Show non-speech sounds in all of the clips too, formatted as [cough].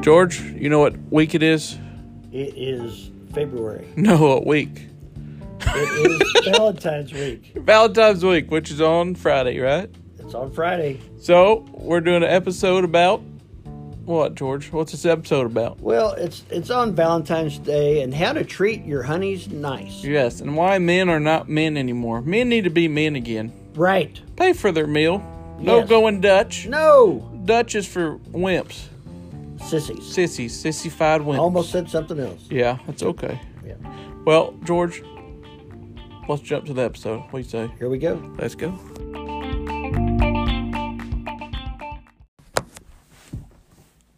George, you know what week it is? [laughs] It is February. No, what week? It is Valentine's week. Valentine's week, which is on Friday, right? It's on Friday. So we're doing an episode about what, George? What's this episode about? Well, it's it's on Valentine's Day and how to treat your honeys nice. Yes, and why men are not men anymore. Men need to be men again. Right. Pay for their meal. No Yes. going Dutch. No. Dutch is for wimps, Sissies. sissies, sissified wimps. Almost said something else. Yeah, that's okay. Yeah. Well, George, let's jump to the episode. What do you say? Here we go. Let's go.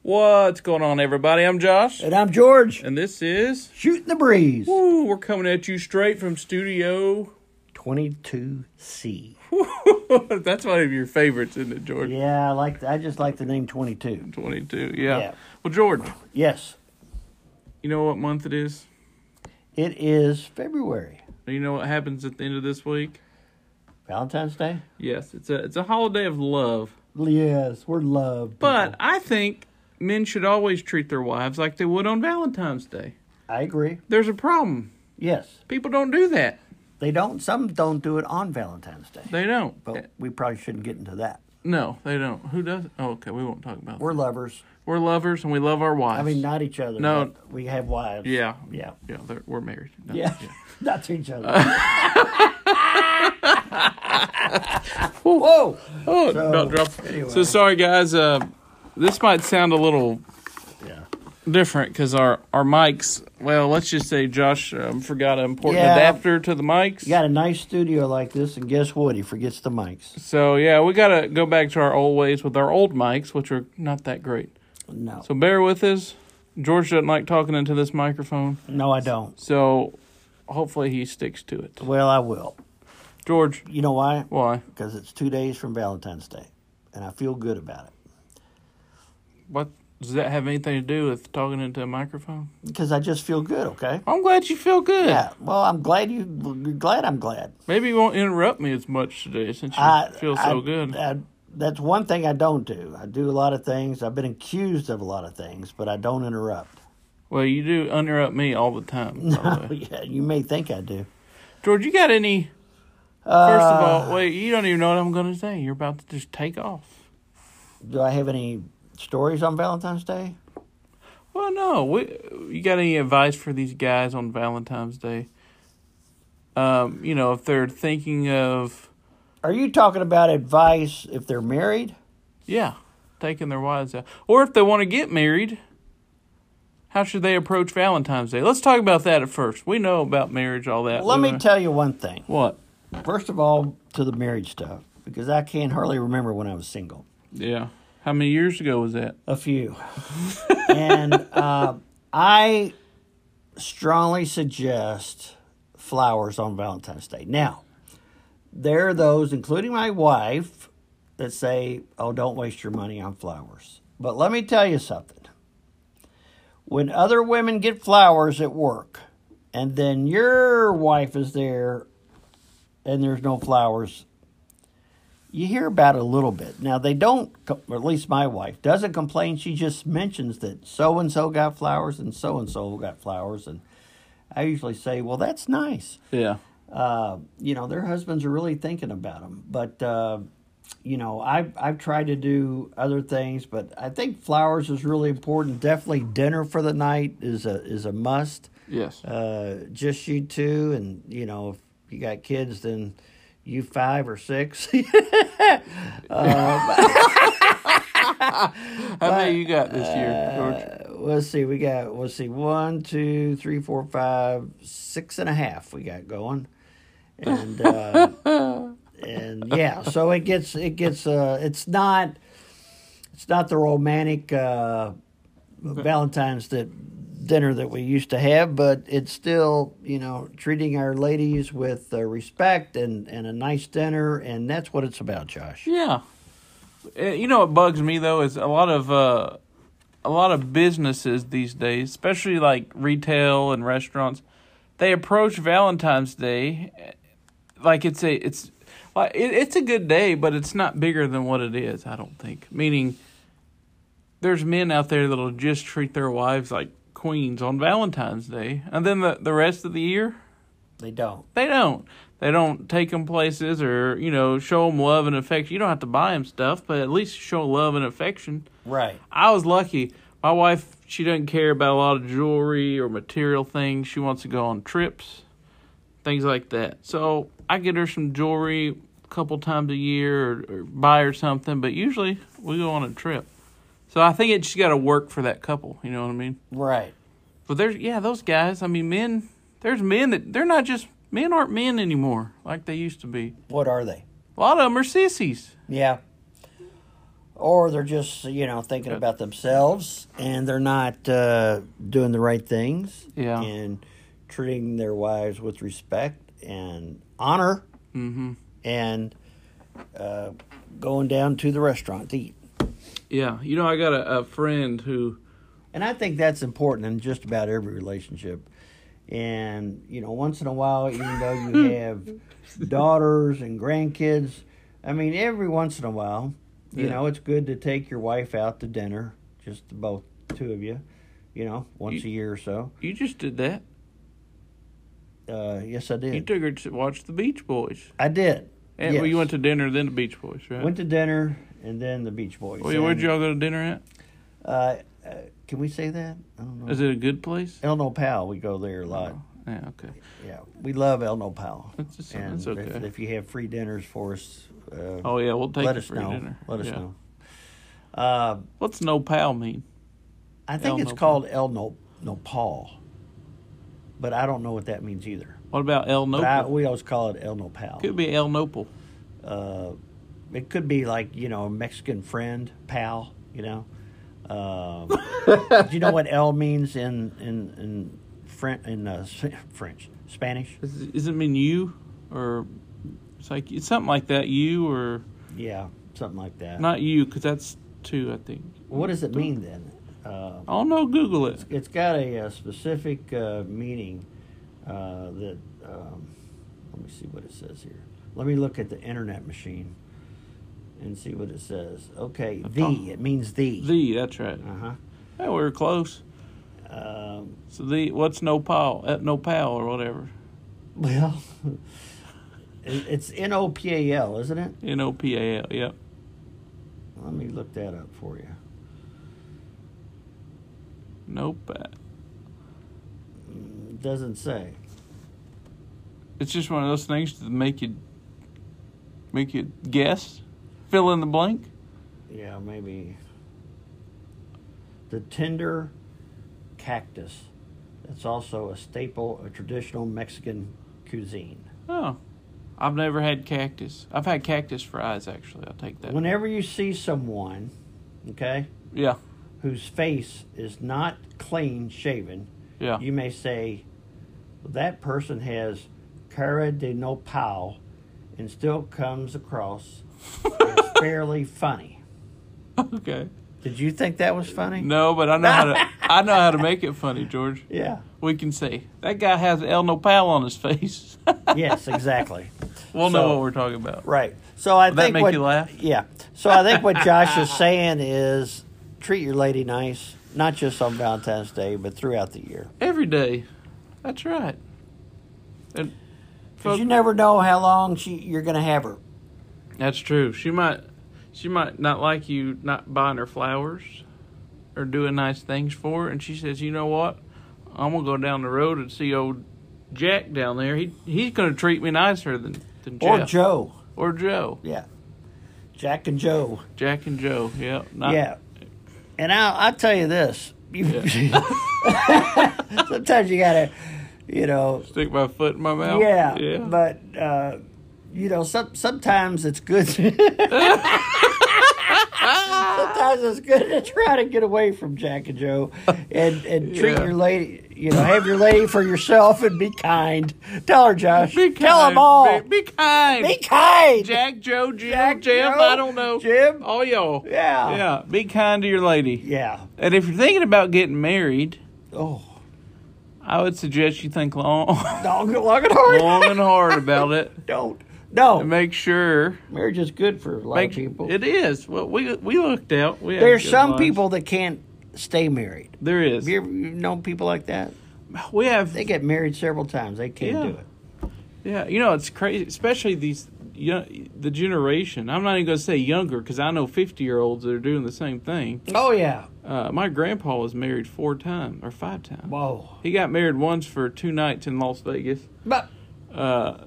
What's going on, everybody? I'm Josh, And I'm George. and this is. Shooting the breeze. Woo, we're coming at you straight from Studio. [laughs] 22C. That's one of your favorites, isn't it, George? Yeah, I like I just like the name 22. 22, yeah. Yeah. Well, George, Yes. you know what month it is? It is February. You know what happens at the end of this week? Valentine's Day? Yes, it's a it's a holiday of love. Yes, we're loved. But I think men should always treat their wives like they would on Valentine's Day. I agree. There's a problem. Yes. People don't do that. They don't some don't do it on Valentine's Day. They don't. Eh, But we probably shouldn't get into that. No, they don't. Who does? Oh, okay, we won't talk about. We're, We're lovers. we're lovers and we love our wives. I mean, not each other. No. but we have wives. yeah, Yeah. yeah, they're, we're married. No, Yeah. [laughs] not to each [laughs] other. Whoa. Oh, So, don't drop. anyway. So sorry, guys. Uh, this might sound a little Yeah. different because our our mics. Well, let's just say Josh um, forgot an important Yeah. adapter to the mics. You got a nice studio like this, and guess what? He forgets the mics. So yeah, we gotta go back to our old ways with our old mics, which are not that great. No. So bear with us. George doesn't like talking into this microphone, no, I don't. so hopefully he sticks to it. Well, I will. George, You know why? why? Because it's two days from Valentine's Day, and I feel good about it. What does that have anything to do with talking into a microphone? Because I just feel good, okay? I'm glad you feel good. Yeah. Well, I'm glad you. Glad I'm glad. Maybe you won't interrupt me as much today since you I feel so I- uh, good. I- that's one thing I don't do. I do a lot of things. I've been accused of a lot of things, but I don't interrupt. [laughs] well, you do interrupt me all the time. by the way. [laughs] yeah, you may think I do. George, you got any? First of Uh, all, wait, you don't even know what I'm going to say. You're about to just take off. Do I have any stories on Valentine's Day? Well, no. We, you got any advice for these guys on Valentine's Day? Um, you know, if they're thinking of, Are you talking about advice if they're married? yeah, taking their wives out, or if they want to get married, how should they approach Valentine's Day? Let's talk about that at first. We know about marriage, all that. Let We me know- tell you one thing. what? First of all, to the marriage stuff, because I can hardly remember when I was single. Yeah. How many years ago was that? A few. and uh, I strongly suggest flowers on Valentine's Day. Now, there are those, including my wife, that say, oh, don't waste your money on flowers. But let me tell you something. When other women get flowers at work, and then your wife is there and there's no flowers, you hear about it a little bit. Now they don't, co- or at least my wife doesn't complain. She just mentions that so and so got flowers and so and so got flowers, and I usually say, "Well, that's nice." Yeah. Uh, you know, their husbands are really thinking about them. But uh, you know, I've I've tried to do other things, but I think flowers is really important. Definitely, dinner for the night is a is a must Yes. uh, just you two, and you know, if you got kids, then you five or six. [laughs] How many you got this year, George? Uh, let's see, we got let's see, one, two, three, four, five, six and a half. We got going, and [laughs] uh, and yeah, so it gets it gets uh, it's not it's not the romantic uh, Valentine's that dinner that we used to have, but it's still you know treating our ladies with uh, respect and and a nice dinner, and that's what it's about, Josh. Yeah. Uh, You know what bugs me though is a lot of uh, a lot of businesses these days, especially like retail and restaurants, they approach Valentine's Day eh, like it's a it's like it, it's a good day, but it's not bigger than what it is. I don't think. Meaning, there's men out there that'll just treat their wives like queens on Valentine's Day, and then the the rest of the year They don't. they don't. They don't take them places or you know show them love and affection. You don't have to buy them stuff, but at least show love and affection. Right. I was lucky. My wife, she doesn't care about a lot of jewelry or material things. She wants to go on trips, things like that. So I get her some jewelry a couple times a year or, or buy her something, but usually we go on a trip. So I think it's got to work for that couple. You know what I mean? Right. But there's, yeah, those guys, I mean, men, there's men that, they're not just, men aren't men anymore like they used to be. What are they? A lot of them are sissies. Yeah. Or they're just, you know, thinking Yeah. about themselves and they're not uh, doing the right things. Yeah. And treating their wives with respect and honor hmm and uh, going down to the restaurant to eat. Yeah. You know, I got a, a friend who, And I think that's important in just about every relationship. And, you know, once in a while, even [laughs] though you have daughters and grandkids, I mean, every once in a while, you Yeah. know, it's good to take your wife out to dinner, just the both two of you, you know, once You- a year or so. you just did that. Uh, yes, I You did. took her to watch the Beach Boys. I did. And well, Yes. you went to dinner, then the Beach Boys, right? Went to dinner and then the Beach Boys. well, where'd And, y'all go to dinner at? Uh, uh, can we say that? I don't know. Is it a good place? Oh, El Nopal, we go there a lot. Yeah, okay. Yeah, we love El [laughs] Nopal. That's, just, And that's okay. if, if you have free dinners for us, uh, oh, yeah, we'll take let you us for know. your dinner. Let us Yeah. know. Uh, What's no pal mean? I think El it's Nopal. called El no- Nopal, but I don't know what that means either. What about El But I, Nopal? we always call it El Nopal. Could be El Nopal. Uh, it could be like you know a Mexican friend, pal. You know. Um, do you know what El means in in in French? In uh, [laughs] French, Spanish? Does, does it mean you? Or it's like it's something like that. You or Yeah, something like that. not you, because that's two, I think. what does it mean then? Uh, Oh, no, Google it. it's got a, uh specific uh, meaning uh, that um, let me see what it says here. Let me look at the internet machine and see what it says. Okay, Okay. the it means the. The, that's right. Uh-huh. Hey, we were close. Um, So, the what's no pal? Uh, No pal or whatever. well, [laughs] it- it's N O P A L, isn't it? N O P A L, yep. Let me look that up for you. No pal. Mm, It doesn't say. It's just one of those things to make you make you guess, fill in the blank. Yeah, maybe the tender cactus. That's also a staple of traditional Mexican cuisine. Oh, I've never had cactus. I've had cactus fries actually. I'll take that. Whenever you see someone, okay, Yeah, whose face is not clean shaven, yeah. you may say that person has cara de nopal and still comes across as fairly funny. [laughs] okay. Did you think that was funny? No, but I know how to. I know how to make it funny, George. Yeah. We can say that guy has El Nopal on his face. Yes, exactly. we'll know So- what we're talking about. Right. So I that think make what, you laugh? Yeah. So I think what Josh is saying is treat your lady nice, not just on Valentine's Day, but throughout the year. Every day. That's right. And Because folks, you never know how long she you're going to have her. That's true. She might she might not like you not buying her flowers or doing nice things for her and she says, You know what? I'm gonna go down the road and see old Jack down there. He he's gonna treat me nicer than, than Or Jeff. Joe. Or Joe. Yeah. Jack and Joe. Jack and Joe, yeah. Not, yeah. And I'll, I'll tell you this. You- [laughs] Sometimes you got to, you know, Stick my foot in my mouth. yeah, Oh, Yeah. but uh, you know, some, sometimes it's good. [laughs] sometimes it's good to try to get away from Jack and Joe, [laughs] and and treat Yeah. your lady. You know, have your lady for yourself and be kind. Tell her, Josh. be kind. Tell them all. Be, be kind. Be kind. Jack, Joe, Jim, Jack, Jeff, Joe, I don't know. Jim. All y'all. Yeah. Yeah. Be kind to your lady. Yeah. And if you're thinking about getting married, Oh, I would suggest you think long [laughs] dog, long and hard. [laughs] long and hard about it. Don't. No, and make sure. marriage is good for a lot Make, of people. It is. Well, we we looked out. We had There's good some lives. people that can't stay married. There is. Have you ever known people like that? We have. They get married several times. They can't Yeah. do it. Yeah, you know it's crazy, especially these young, the generation. I'm not even going to say younger because I know 50 year olds that are doing the same thing. Oh yeah. Uh, my grandpa was married four times or five times. Whoa. He got married once for two nights in Las Vegas. But Uh,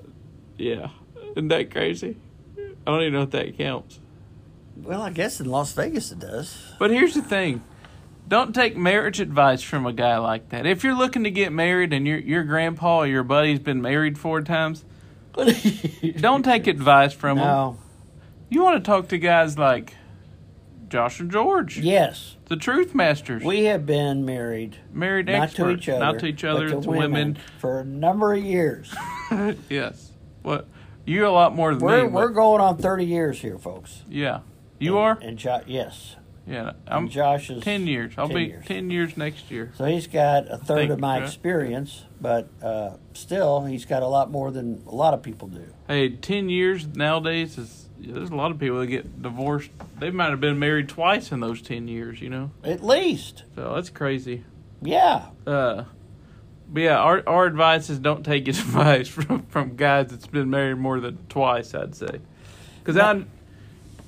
yeah, isn't that crazy? I don't even know if that counts. well, I guess in Las Vegas it does. [laughs] But here's the thing. Don't take marriage advice from a guy like that. If you're looking to get married and your your grandpa or your buddy's been married four times, don't take advice from him. no. You want to talk to guys like Josh and George, Yes, the Truth Masters, we have been married. married not experts, to each other, not to each other, but to women. for a number of years. Yes, what you're a lot more than We're me. we're but- going on thirty years here, folks. yeah, you And- are. And Josh, yes, yeah, I'm Josh is ten years. I'll 10 be years. ten years next year. So he's got a third think, of my yeah. experience, but uh, still, he's got a lot more than a lot of people do. Hey, ten years nowadays is yeah, there's a lot of people that get divorced. They might have been married twice in those ten years. You know, At least, so that's crazy. yeah. Uh, but yeah, our our advice is don't take [laughs] advice from from guys that's been married more than twice. I'd say, because I,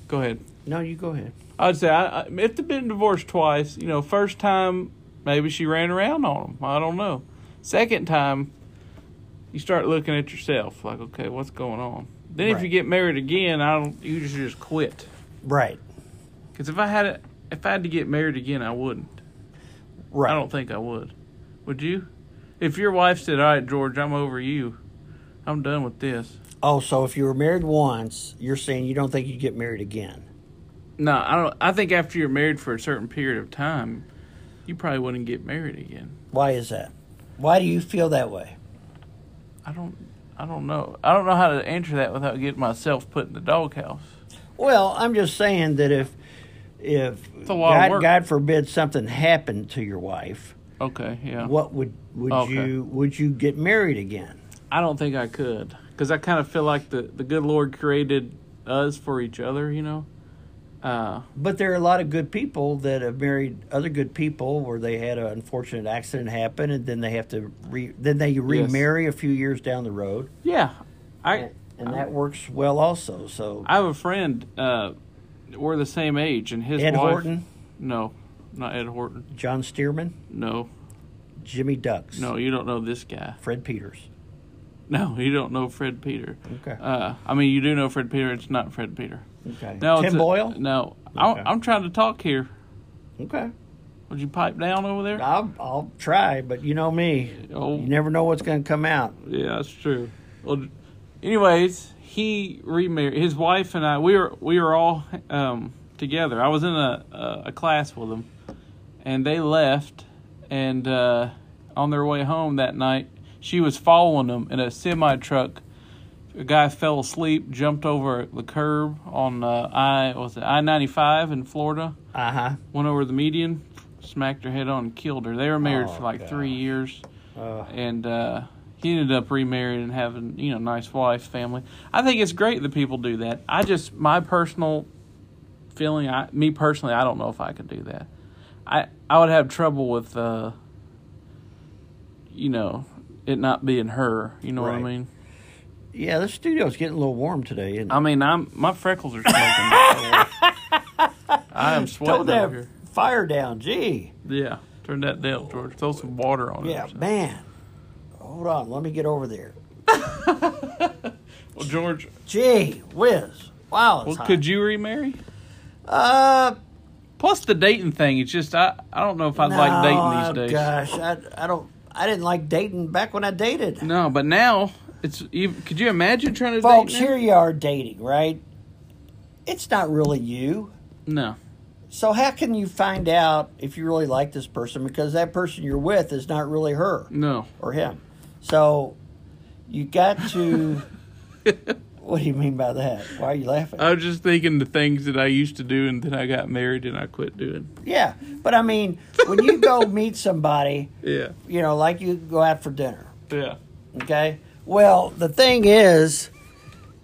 go ahead. No, you go ahead. I'd say I, I, if they've been divorced twice, you know, first time maybe she ran around on him. I don't know. Second time, you start looking at yourself like, okay, what's going on? Then if Right. you get married again, I don't. You just just quit. Right, Because if I had it, if I had to get married again, I wouldn't. right. I don't think I would. Would you? If your wife said, "All right, George, I'm over you. I'm done with this." Oh, so if you were married once, you're saying you don't think you'd get married again? No, I don't. I think after you're married for a certain period of time, you probably wouldn't get married again. Why is that? Why do you feel that way? I don't. I don't know. I don't know how to answer that without getting myself put in the doghouse. Well, I'm just saying that if if a lot of God, work. God forbid something happened to your wife, Okay, yeah. what would would Oh, Okay. you would you get married again? I don't think I could because I kind of feel like the the good Lord created us for each other. You know. Uh, But there are a lot of good people that have married other good people where they had an unfortunate accident happen, and then they have to re then they remarry a few years down the road, yeah. I. and, and that works well also. So I have a friend. Uh, we're the same age, and his Ed wife. Horton, No, not Ed Horton. John Stearman, No, Jimmy Ducks, no, you don't know this guy. Fred Peters. No, you don't know Fred Peter. Okay. Uh, I mean, you do know Fred Peter. It's not Fred Peter. Okay. No, it's Tim a- Boyle. No, I'm, Okay. I'm trying to talk here. Okay. Would you pipe down over there? I'll I'll try, but you know me. Oh. You never know what's going to come out. Yeah, that's true. Well, anyways, he remarried his wife and I. We were we were all um, together. I was in a, a a class with them, and they left. And uh, on their way home that night, she was following them in a semi truck. A guy fell asleep, jumped over the curb on uh, I what was it I ninety five in Florida. Uh huh. Went over the median, smacked her head on, and killed her. They were married Oh, for like three gosh. years Uh, and uh, he ended up remarried and having you know nice wife family i think it's great that people do that i just my personal feeling i me personally i don't know if i could do that i i would have trouble with uh you know it not being her you know what i Right. mean yeah, the studio's getting a little warm today, isn't it? i mean i'm my freckles are smoking i [laughs] am Throw sweating that over here fire down. Gee. yeah turn that down george throw some water on it Yeah, or something. man. Hold on. Let me get over there. well george Gee whiz. Wow. It's well, hot. could you remarry Uh, Plus the dating thing, it's just I, I don't know if I would no, like oh, dating these days. Gosh, I, I don't. I didn't like dating back when I dated. No, but now it's you, could you imagine trying to Folks, date here now? you are dating, right? It's not really you. No. So how can you find out if you really like this person because that person you're with is not really her No. or him? So you got to. what do you mean by that? Why are you laughing? I was just thinking the things that I used to do and then I got married and I quit doing. yeah, but I mean, when you go meet somebody, Yeah. you know, like you go out for dinner, Yeah. okay? Well, the thing is,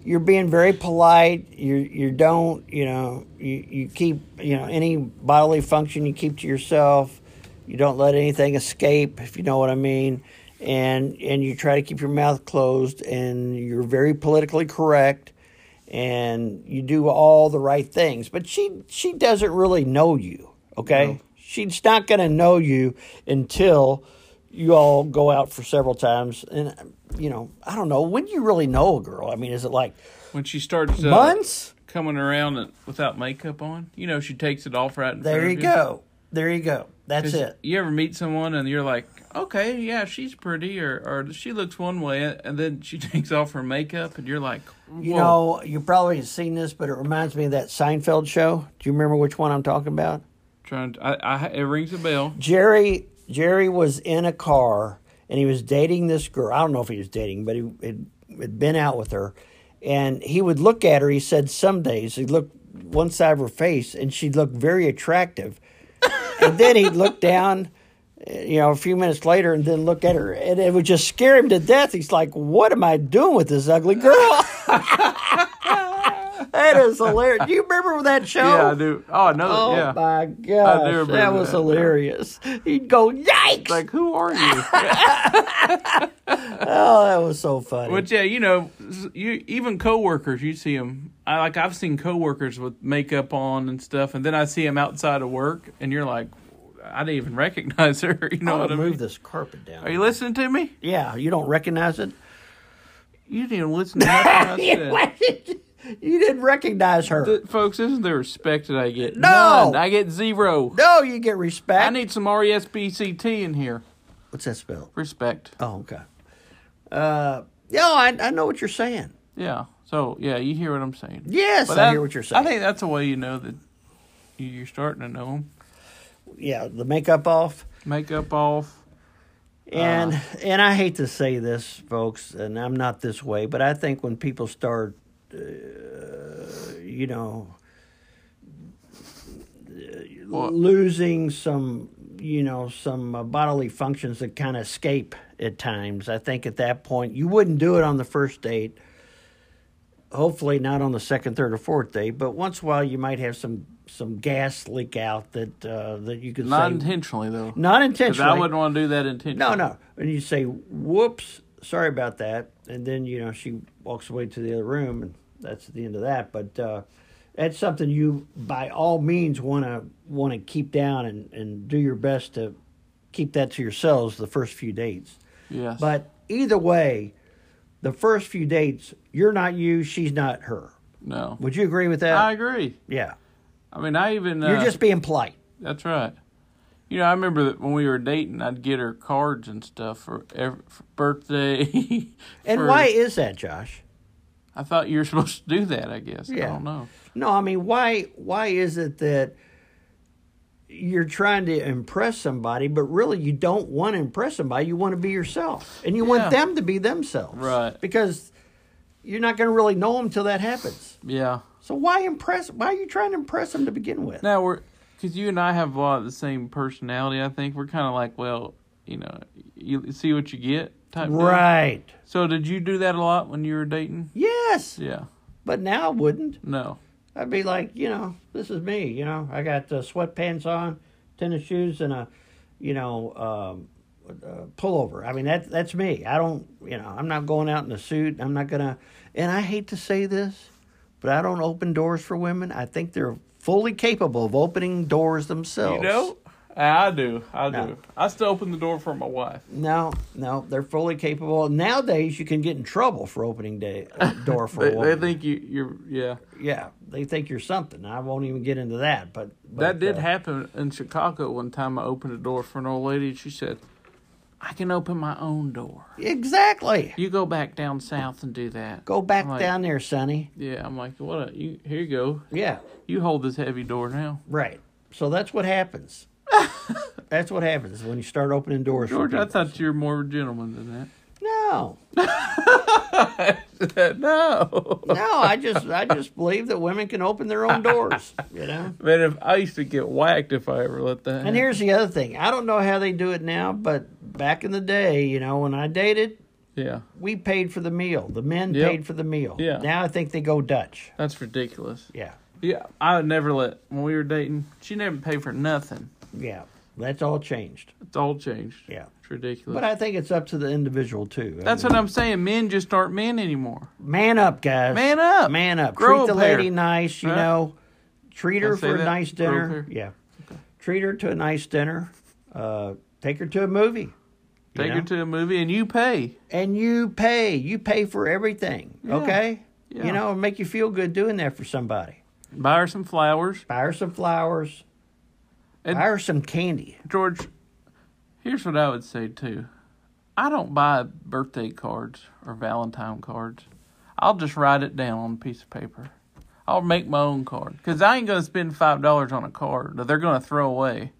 you're being very polite. You you don't you know you, you keep you know any bodily function you keep to yourself. You don't let anything escape if you know what I mean, and and you try to keep your mouth closed and you're very politically correct, and you do all the right things. But she she doesn't really know you. Okay, she's not gonna know you until you all go out for several times and you know i don't know when do you really know a girl i mean is it like When she starts uh, months coming around and- without makeup on, you know she takes it off right in front there of you go there you go that's 'Cause it You ever meet someone and you're like, okay, yeah, she's pretty, or, or she looks one way, and then she [laughs] takes off her makeup, and you're like, you whoa. know you probably have seen this but it reminds me of that seinfeld show do you remember which one i'm talking about trying to, I, I, it rings a bell. jerry jerry was in a car and he was dating this girl i don't know if he was dating but he had, had been out with her and he would look at her he said some days he'd look one side of her face and she'd look very attractive and then he'd look down, uh, you know, a few minutes later, and then look at her, and it would just scare him to death. He's like, "What am I doing with this ugly girl?" [laughs] that is hilarious. Do you remember that show? Yeah, I do. Oh, I know. Oh yeah. my gosh, remember that was that. hilarious. He'd go, "Yikes!" Like, who are [laughs] you? oh, that was so [laughs] funny. But yeah, you know, s- you even coworkers, you see them. I like I've seen coworkers with makeup on and stuff, and then I see them outside of work, and you're like, I didn't even recognize her. [laughs] You know I'm what I gonna move mean? this carpet down. Are you listening to me? yeah, you don't [laughs] recognize it. You didn't even [laughs] listen to nothing I said. you didn't recognize her. Th- folks, this is the respect that I get. No! None. I get zero. no, you get respect. I need some E RESPCT in here. What's that spelled? Respect. Oh, okay. Uh, yeah, I, I know what you're saying. Yeah. So yeah, you hear what I'm saying. Yes, But I, that- hear what you're saying. I think that's a way you know that you- you're starting to know them. yeah, the makeup off, Makeup off. and Uh-huh. and I hate to say this, folks, and I'm not this way, but I think when people start, uh, you know, What? losing some, you know, some uh, bodily functions that kind of escape at times, I think at that point you wouldn't do it on the first date. hopefully not on the second, third, or fourth day, but once in a while you might have some some gas leak out that uh, that you could Not say intentionally though. not 'Cause I intentionally. wouldn't want to do that intentionally. no, no, and you say, "Whoops, sorry about that," and then you know she walks away to the other room, and that's the end of that. But uh, that's something you, by all means, want to want to keep down and and do your best to keep that to yourselves the first few dates. Yes. But either way, the first few dates, you're not you, she's not her. no. Would you agree with that? I agree. yeah. I mean, I even. Uh, You're just being polite. That's right. You know, I remember that when we were dating, I'd get her cards and stuff for, every, for birthday. [laughs] And for- why is that, Josh? I thought you were [laughs] supposed to do that. I guess. I Yeah. don't know. No, I mean, why why is it that you're trying to impress somebody, but really you don't want to impress somebody. You want to be yourself. And you Yeah. want them to be themselves. Right. Because you're not going to really know them till that happens. Yeah. So why impress why are you trying to impress them to begin with? Now we're because you and I have a lot of the same personality. I think we're kind of like, well, you know, you see what you get type. deal. Right. So did you do that a lot when you were dating? Yes. Yeah. But now I wouldn't. No. I'd be like, you know, this is me. You know, I got uh, sweatpants on, tennis shoes, and a, you know, um, uh, pullover. I mean, that that's me. I don't, you know, I'm not going out in a suit. I'm not gonna. And I hate to say this, but I don't open doors for women. I think they're fully capable of opening doors themselves. You know, I I do. I do. No. I still open the door for my wife. No, no, they're fully capable. Nowadays, you can get in trouble for opening day uh, [laughs] door for a They, they woman. think you. You're. Yeah. yeah, they think you're something. I won't even get into that. But, but that did uh, happen in Chicago one time. I opened a door for an old lady, and she said, "I can open my own door." Exactly. You go back down south and do that. Go back I'm like, down there, Sonny. Yeah, I'm like, what? A, you here? You go. Yeah, You hold this heavy door now. right. So that's [laughs] what happens. that's what happens when you start opening doors. for George, I people. thought you were more of a gentleman than no, that. [laughs] no. no. I just, I just believe that women can open their own doors. You know. Man, if I used to get whacked if I ever let that. And here's the other thing. I don't know how they do it now, but back in the day, you know, when I dated, Yeah. We paid for the meal. The men Yep. paid for the meal. Yeah. Now I think they go Dutch. That's ridiculous. Yeah. Yeah. I would never let when we were dating. She never paid for nothing. Yeah. That's all changed. It's all changed. Yeah. It's ridiculous. But I think it's up to the individual too. I That's mean, what I'm saying. Men just aren't men anymore. man up, guys. Man up. Man up. Grow Treat a the pair. lady nice, you Right. know. Treat her Can I say for a that? nice Grow a dinner. pair? Yeah. Treat her to a nice dinner. Uh, take her to a movie. you Take her know? to a movie and you pay. and you pay. You pay for everything. Okay? Yeah. You know, it'll make you feel good doing that for somebody. Buy her some flowers. Buy her some flowers. And- buy her some candy. George, here's what I would say too. I don't buy birthday cards or Valentine cards. I'll just write it down on a piece of paper. I'll make my own card because I ain't gonna spend five dollars on a card that they're gonna throw away.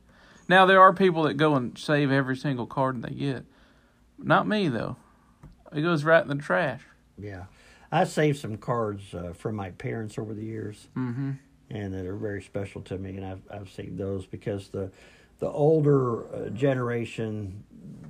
Now there are people that go and save every single card they get. Not me though. It goes right in the trash. Yeah. I saved some cards uh, from my parents over the years, mm-hmm. and that are very special to me. And I've I've saved those because the the older uh, generation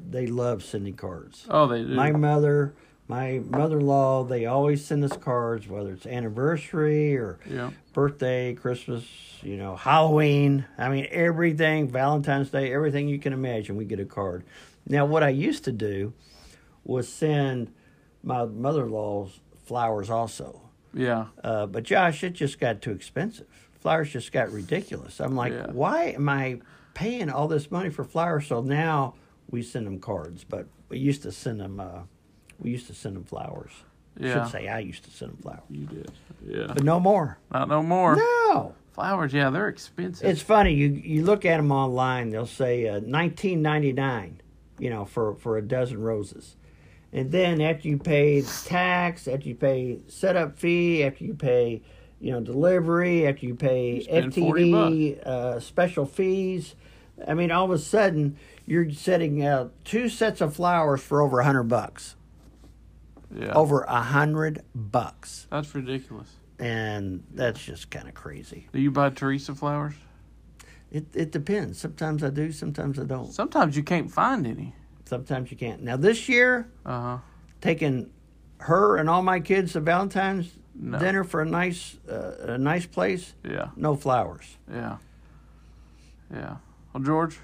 they love sending cards. Oh, they do. My mother, my mother-in-law, they always send us cards, whether it's anniversary or Yeah. birthday, Christmas, you know, Halloween. I mean, everything, Valentine's Day, everything you can imagine, we get a card. Now, what I used to do was send my mother in law's flowers also. yeah. Uh, but Josh, it just got too expensive. Flowers just got ridiculous. I'm like, Yeah. why am I paying all this money for flowers? So now we send them cards, but we used to send them. Uh, we used to send them flowers. Yeah. Should say I used to send them flowers, You did. Yeah. but [laughs] no more. Not no more. No. Flowers, yeah, they're expensive. It's funny. You you look at them online. They'll say uh, nineteen ninety nine, you know, for for a dozen roses, and then after you pay tax, after you pay setup fee, after you pay, you know, delivery, after you pay spend 40 FTD uh, special fees, I mean, all of a sudden you're setting out two sets of flowers for over a hundred bucks. yeah. Over a hundred bucks, That's ridiculous. and that's just kind of crazy. Do you buy Teresa flowers? It it depends. Sometimes I do, sometimes I don't. Sometimes you can't find any. Sometimes you can't. Now this year, Uh huh. taking her and all my kids to Valentine's No. dinner for a nice uh, a nice place. Yeah. No flowers. Yeah. Yeah. Well, George,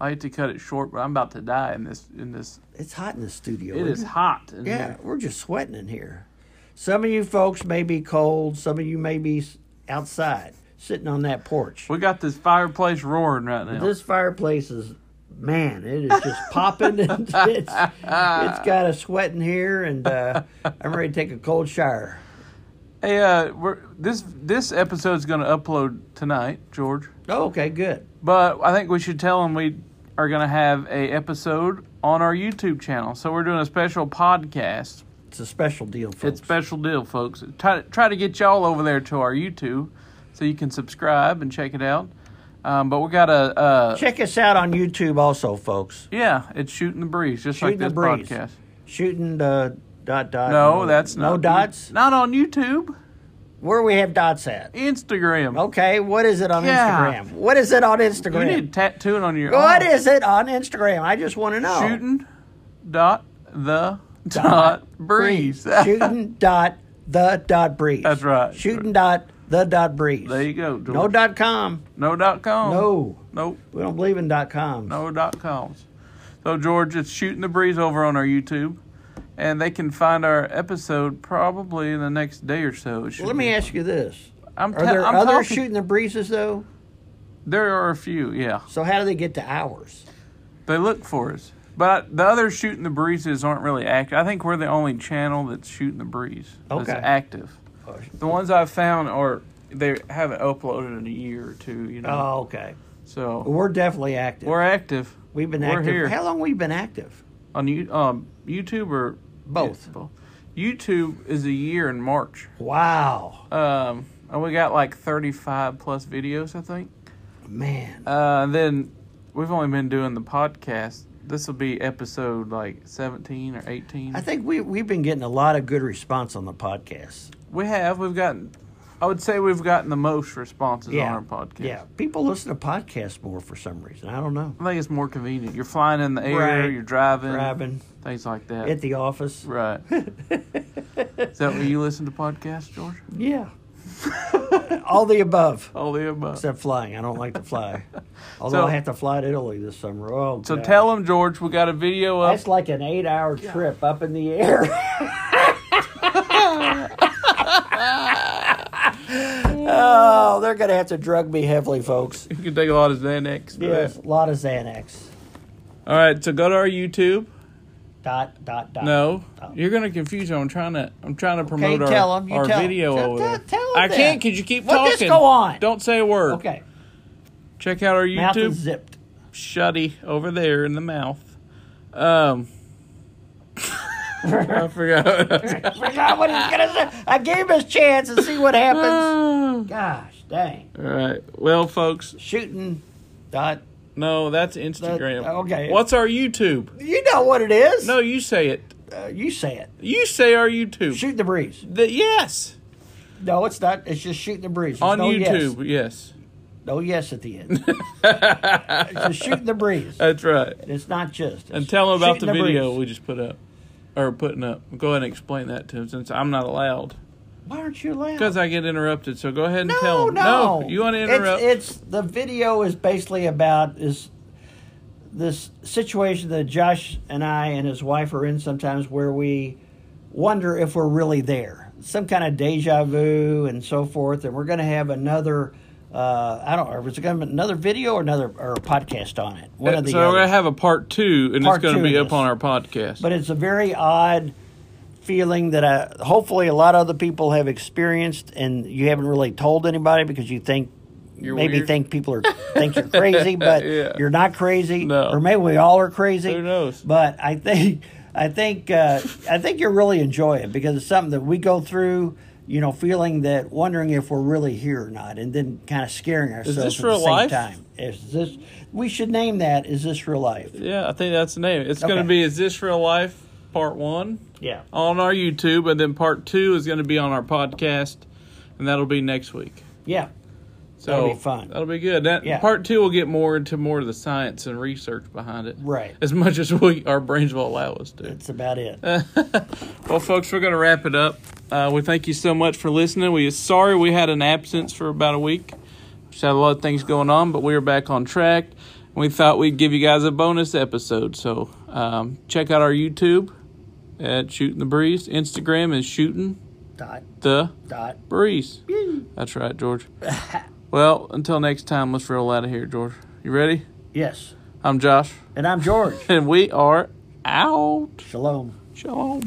I hate to cut it short, but I'm about to die in this. In this, It's hot in the studio. it isn't is hot. In Yeah, Here. we're just sweating in here. Some of you folks may be cold. Some of you may be s- outside, sitting on that porch. We got this fireplace roaring right now. This fireplace is, man, it is just popping. [laughs] And it's, it's got us sweating here, and uh, I'm ready to take a cold shower. hey, uh, we're, this this episode's going to upload tonight, George. Oh, okay, good. But I think we should tell them we are going to have a episode on our YouTube channel. So we're doing a special podcast. It's a special deal, folks. It's special deal, folks. Try to, try to get y'all over there to our YouTube so you can subscribe and check it out. Um, but we got a uh, Check us out on YouTube also, folks. yeah, it's shooting the breeze, just Shooting like this the breeze. podcast. Shooting the dot dot. No, that's not no dots. Not on YouTube, Where we have dots at? Instagram. Okay, what is it on Yeah. Instagram? What is it on you Instagram? need tattooing on your. What arm. is it on Instagram? I just want to know. shooting? Dot the dot breeze. Shooting dot the dot breeze. That's right. Shooting dot the dot [laughs] breeze. there you go. George. No dot com. No dot com. No, Nope. we don't believe in dot coms. no dot coms. So George, it's shooting the breeze over on our YouTube, and they can find our episode probably in the next day or so. It should Let me be. ask you this: I'm Are te- there I'm other talking- shooting the breezes though? There are a few, yeah. So how do they get to ours? They look for us, but the other shooting the breezes aren't really active. I think we're the only channel that's shooting the breeze that's Okay. active. Oh, The ones I've found are they haven't uploaded in a year or two, you know. Oh, okay. so We're definitely active. we're active. We've been we're active. here. How long we been active? on you um YouTube or Both. YouTube is a year in March. Wow, Um, and we got like 35 plus videos, I think. man. Uh, and then we've only been doing the podcast. This will be episode like 17 or 18. I think we we've been getting a lot of good response on the podcast. we have. We've gotten I would say we've gotten the most responses Yeah. on our podcast. Yeah. People listen to podcasts more for some reason. I don't know. I think it's more convenient. You're flying in the air, Right. you're driving, Driving things like that. at the office. [laughs] right. Is that where you listen to podcasts, George? Yeah. [laughs] All the above. All the above. Except flying. I don't like [laughs] to fly. Although So- I have to fly to Italy this summer. Oh, So God. tell them, George, we got a video up. That's like an eight hour trip up in the air. [laughs] oh, they're going to have to drug me [laughs] heavily, folks. You can take a lot of Xanax. for Yes, that. a lot of Xanax. All right. So go to our YouTube. Dot, dot, dot. No, Oh. you're gonna confuse them. I'm trying to. I'm trying to promote our, tell 'em, you our tell 'em. video Tell- over tell- there. tell 'em I then. can't because you keep Well, talking. just go on. Don't say a word. Okay. Check out our Mouth is YouTube zipped. [laughs] shuddy over there in the mouth. Um, [laughs] I forgot. [laughs] Forgot what he was going to say. I gave him his chance and see what [sighs] happens. All Gosh, dang. right. Well, folks, Shooting. Dot. no, that's Instagram. okay. What's our YouTube? You know what it is. No, you say it. Uh, you say it. You say our YouTube. Shooting the breeze. The, yes, No, it's not. It's just shooting the breeze. There's on no Oh, yes. YouTube. Yes. No Oh, yes at [laughs] the end. it's just shooting the breeze. that's right. And it's not just. It's And tell them about the shooting video breeze. we just put up, or putting up. Go ahead and explain that to them since I'm not allowed Why aren't you allowed? because I get interrupted. So go ahead and no, tell them. no, you want to interrupt? It's, it's the video is basically about is this situation that Josh and I and his wife are in sometimes where we wonder if we're really there, some kind of deja vu and so forth, and we're going to have another. Uh, I don't know. Is it going to be another video or another or a podcast on it? One so of the we're other. gonna have a part two, and Part it's gonna two be of up this. on our podcast. but it's a very odd feeling that I, hopefully a lot of other people have experienced and you haven't really told anybody because you think You're maybe weird. [laughs] think people are think you're crazy but Yeah. you're not crazy No. or maybe we all are crazy Who knows? but I think I think uh, I think you'll really enjoy it because it's something that we go through you know feeling that wondering if we're really here or not and then kind of scaring ourselves this at real the life? same time is this we should name that is this real life yeah, I think that's the name. It's gonna Okay. be "Is This Real Life?" Part one yeah on our YouTube, and then part two is gonna be on our podcast, and that'll be next week. yeah So That'll be fun. That'll be good. That Yeah. part two will get more into more of the science and research behind it. Right. As much as we our brains will allow us to. that's about it Well, folks, we're gonna wrap it up. Uh, we thank you so much for listening. We are sorry we had an absence for about a week. Just had a lot of things going on, but we are back on track. We thought we'd give you guys a bonus episode. So um, check out our YouTube at Shooting the Breeze. Instagram is Shooting dot the dot Breeze. That's right, George. well, until next time, let's roll out of here, George. You ready? yes I'm Josh, and i'm george and we are out. shalom Shalom.